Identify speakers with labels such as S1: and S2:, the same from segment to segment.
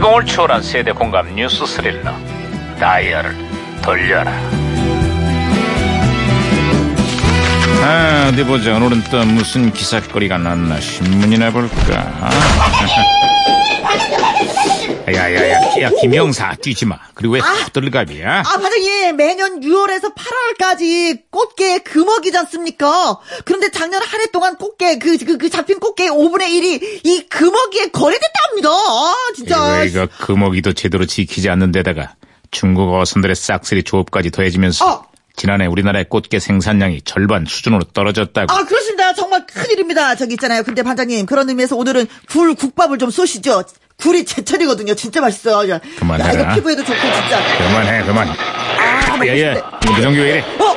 S1: 감성을 초월한 세대 공감 뉴스 스릴러 다이얼을 돌려라
S2: 아, 어디 보자. 오늘은 또 무슨 기사거리가 났나. 신문이나 볼까. 아? 야, 야, 야, 야, 김영사, 뛰지 마. 그리고 왜 호들갑이야?
S3: 아, 반장님, 매년 6월에서 8월까지 꽃게 금어기지 않습니까? 그런데 작년 한 해 동안 꽃게, 그, 그, 그 잡힌 꽃게의 5분의 1이 이 금어기에 거래됐답니다. 아, 진짜.
S2: 예, 이거, 이거 금어기도 제대로 지키지 않는 데다가 중국 어선들의 싹쓸이 조업까지 더해지면서
S3: 어.
S2: 지난해 우리나라의 꽃게 생산량이 절반 수준으로 떨어졌다고.
S3: 아, 그렇습니다. 정말 큰일입니다. 저기 있잖아요. 근데 반장님, 그런 의미에서 오늘은 굴 국밥을 좀 쏘시죠. 굴이 제철이거든요. 진짜 맛있어. 야,
S2: 그만해라.
S3: 야, 이거 피부에도 좋고, 진짜.
S2: 그만해, 그만.
S3: 아,
S2: 야, 야, 무전기 왜 이래?
S3: 어!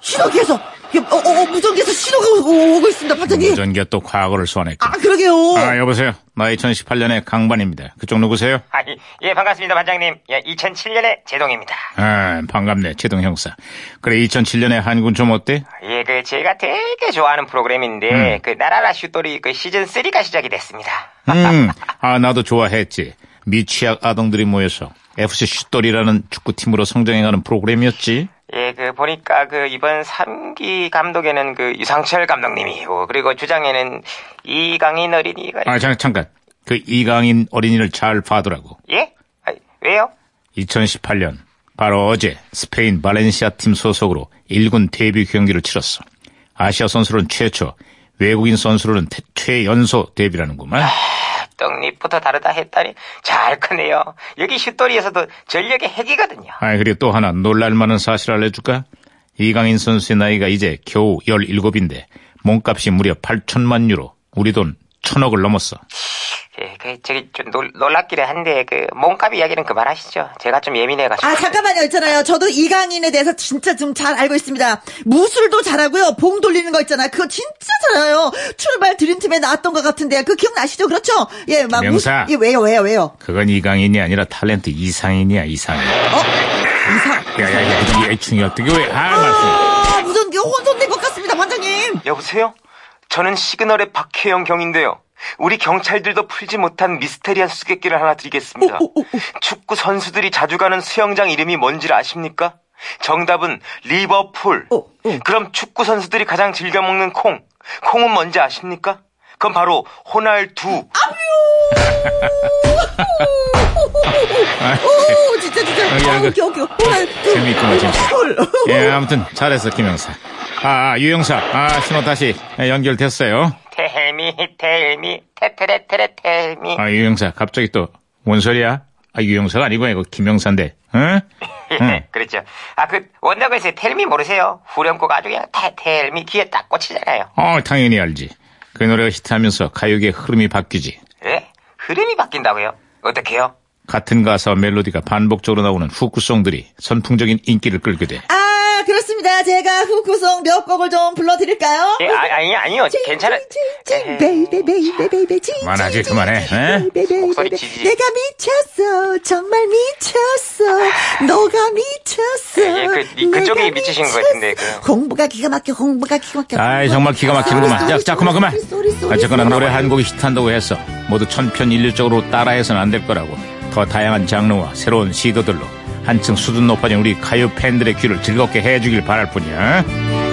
S3: 신호기에서! 야, 어, 어, 어, 무전기에서 신호가 오, 고 있습니다, 반장님!
S2: 무전기가 또 과거를 소환했고.
S3: 예. 아, 그러게요!
S2: 아, 여보세요. 나 2018년의 강반입니다. 그쪽 누구세요?
S4: 아, 이- 예, 반갑습니다, 반장님. 예, 2007년에 제동입니다.
S2: 아, 반갑네, 최동 형사. 그래, 2007년에 한군 좀 어때?
S4: 예, 그, 제가 되게 좋아하는 프로그램인데, 그, 나라라 슈돌이 그 시즌3가 시작이 됐습니다.
S2: 음, 아, 나도 좋아했지. 미취학 아동들이 모여서 FC 슛돌이라는 축구팀으로 성장해가는 프로그램이었지.
S4: 예, 그, 보니까 그, 이번 3기 감독에는 그, 유상철 감독님이고, 그리고 주장에는 이강인 어린이가.
S2: 아, 잠깐, 잠깐. 그 이강인 어린이를 잘 봐두라고.
S4: 예? 아, 왜요?
S2: 2018년, 바로 어제 스페인 발렌시아 팀 소속으로 1군 데뷔 경기를 치렀어. 아시아 선수로는 최초, 외국인 선수로는 태- 최연소 데뷔라는구만. 아,
S4: 떡잎부터 다르다 했더니, 잘 크네요. 여기 슈돌이에서도 전력의 핵이거든요.
S2: 아, 그리고 또 하나 놀랄만한 사실 알려줄까? 이강인 선수의 나이가 이제 겨우 17인데 몸값이 무려 8천만 유로, 우리 돈 천억을 넘었어.
S4: 예, 그, 저기, 좀 놀, 놀랍기는 한데, 그, 몸값 이야기는 그만하시죠. 제가 좀 예민해가지고.
S3: 아, 잠깐만요, 있잖아요. 저도 이강인에 대해서 진짜 좀 잘 알고 있습니다. 무술도 잘하고요. 봉 돌리는 거 있잖아요. 그거 진짜 잘해요. 출발 드림팀에 나왔던 것 같은데, 그 기억나시죠? 그렇죠? 예, 막.
S2: 명사.
S3: 무술- 예, 왜요, 왜요, 왜요?
S2: 그건 이강인이 아니라 탤런트 이상인이야, 이상인.
S3: 어? 이상.
S2: 야야야, 이 중이 어떻게 왜? 아, 말씀.
S3: 아, 무전기 혼선된 것 같습니다, 반장님!
S4: 여보세요? 저는 시그널의 박혜영 경인데요. 우리 경찰들도 풀지 못한 미스테리한 수수께끼를 하나 드리겠습니다.
S3: 오, 오, 오, 오.
S4: 축구 선수들이 자주 가는 수영장 이름이 뭔지를 아십니까? 정답은 리버풀.
S3: 오, 오.
S4: 그럼 축구 선수들이 가장 즐겨 먹는 콩. 콩은 뭔지 아십니까? 그건 바로 호날두.
S3: 오, 진짜, 진짜.
S2: 아, 야,
S3: 아,
S2: 그-
S3: 오케이, 오케이. 오늘.
S2: 재밌구만, 진짜.
S3: 헐.
S2: 예, 아무튼 잘했어, 김영사. 아, 아, 유영사. 아, 신호 다시 연결됐어요.
S4: 텔미 텔미 테테레테레 텔미.
S2: 아, 유영사, 갑자기 또 뭔 소리야? 아, 유영사가 아니고 이거 김영사인데. 응? 응.
S4: 그렇죠. 아 그 원더걸스의 텔미 모르세요? 후렴구가 아주 그냥 테- 텔미 귀에 딱 꽂히잖아요.
S2: 어, 당연히 알지. 그 노래가 히트하면서 가요계의 흐름이 바뀌지.
S4: 예? 흐름이 바뀐다고요? 어떻게요?
S2: 같은 가사와 멜로디가 반복적으로 나오는 후크송들이 선풍적인 인기를 끌게 돼.
S3: 아, 그렇습니다. 제가 후쿠송 몇 곡을 좀 불러드릴까요?
S4: 예, 아, 아니, 아니요. 괜찮은.
S3: 찡찡 베이베 베이베 베이베 찡
S2: 그만하지, 그만해, 네? 에?
S4: 목소리 지지.
S3: 내가 미쳤어 정말 미쳤어 너가 미쳤어
S4: 예, 그- 이- 그쪽이
S3: 내가
S4: 미치신 것
S3: 미쳤어.
S4: 같은데, 그.
S3: 공부가 기가 막혀 공부가 기가 막혀 아,
S2: 아이,
S3: 공부가
S2: 정말 기가 막히는구만. 자,
S3: 쏘리,
S2: 자,
S3: 쏘리,
S2: 그만, 그만.
S3: 쏘리, 쏘리, 쏘리,
S2: 어쨌거나
S3: 쏘리.
S2: 노래 한 곡이 히트한다고 해서 모두 천편일률적으로 따라해서는 안 될 거라고 더 다양한 장르와 새로운 시도들로 한층 수준 높아진 우리 가요 팬들의 귀를 즐겁게 해주길 바랄 뿐이야.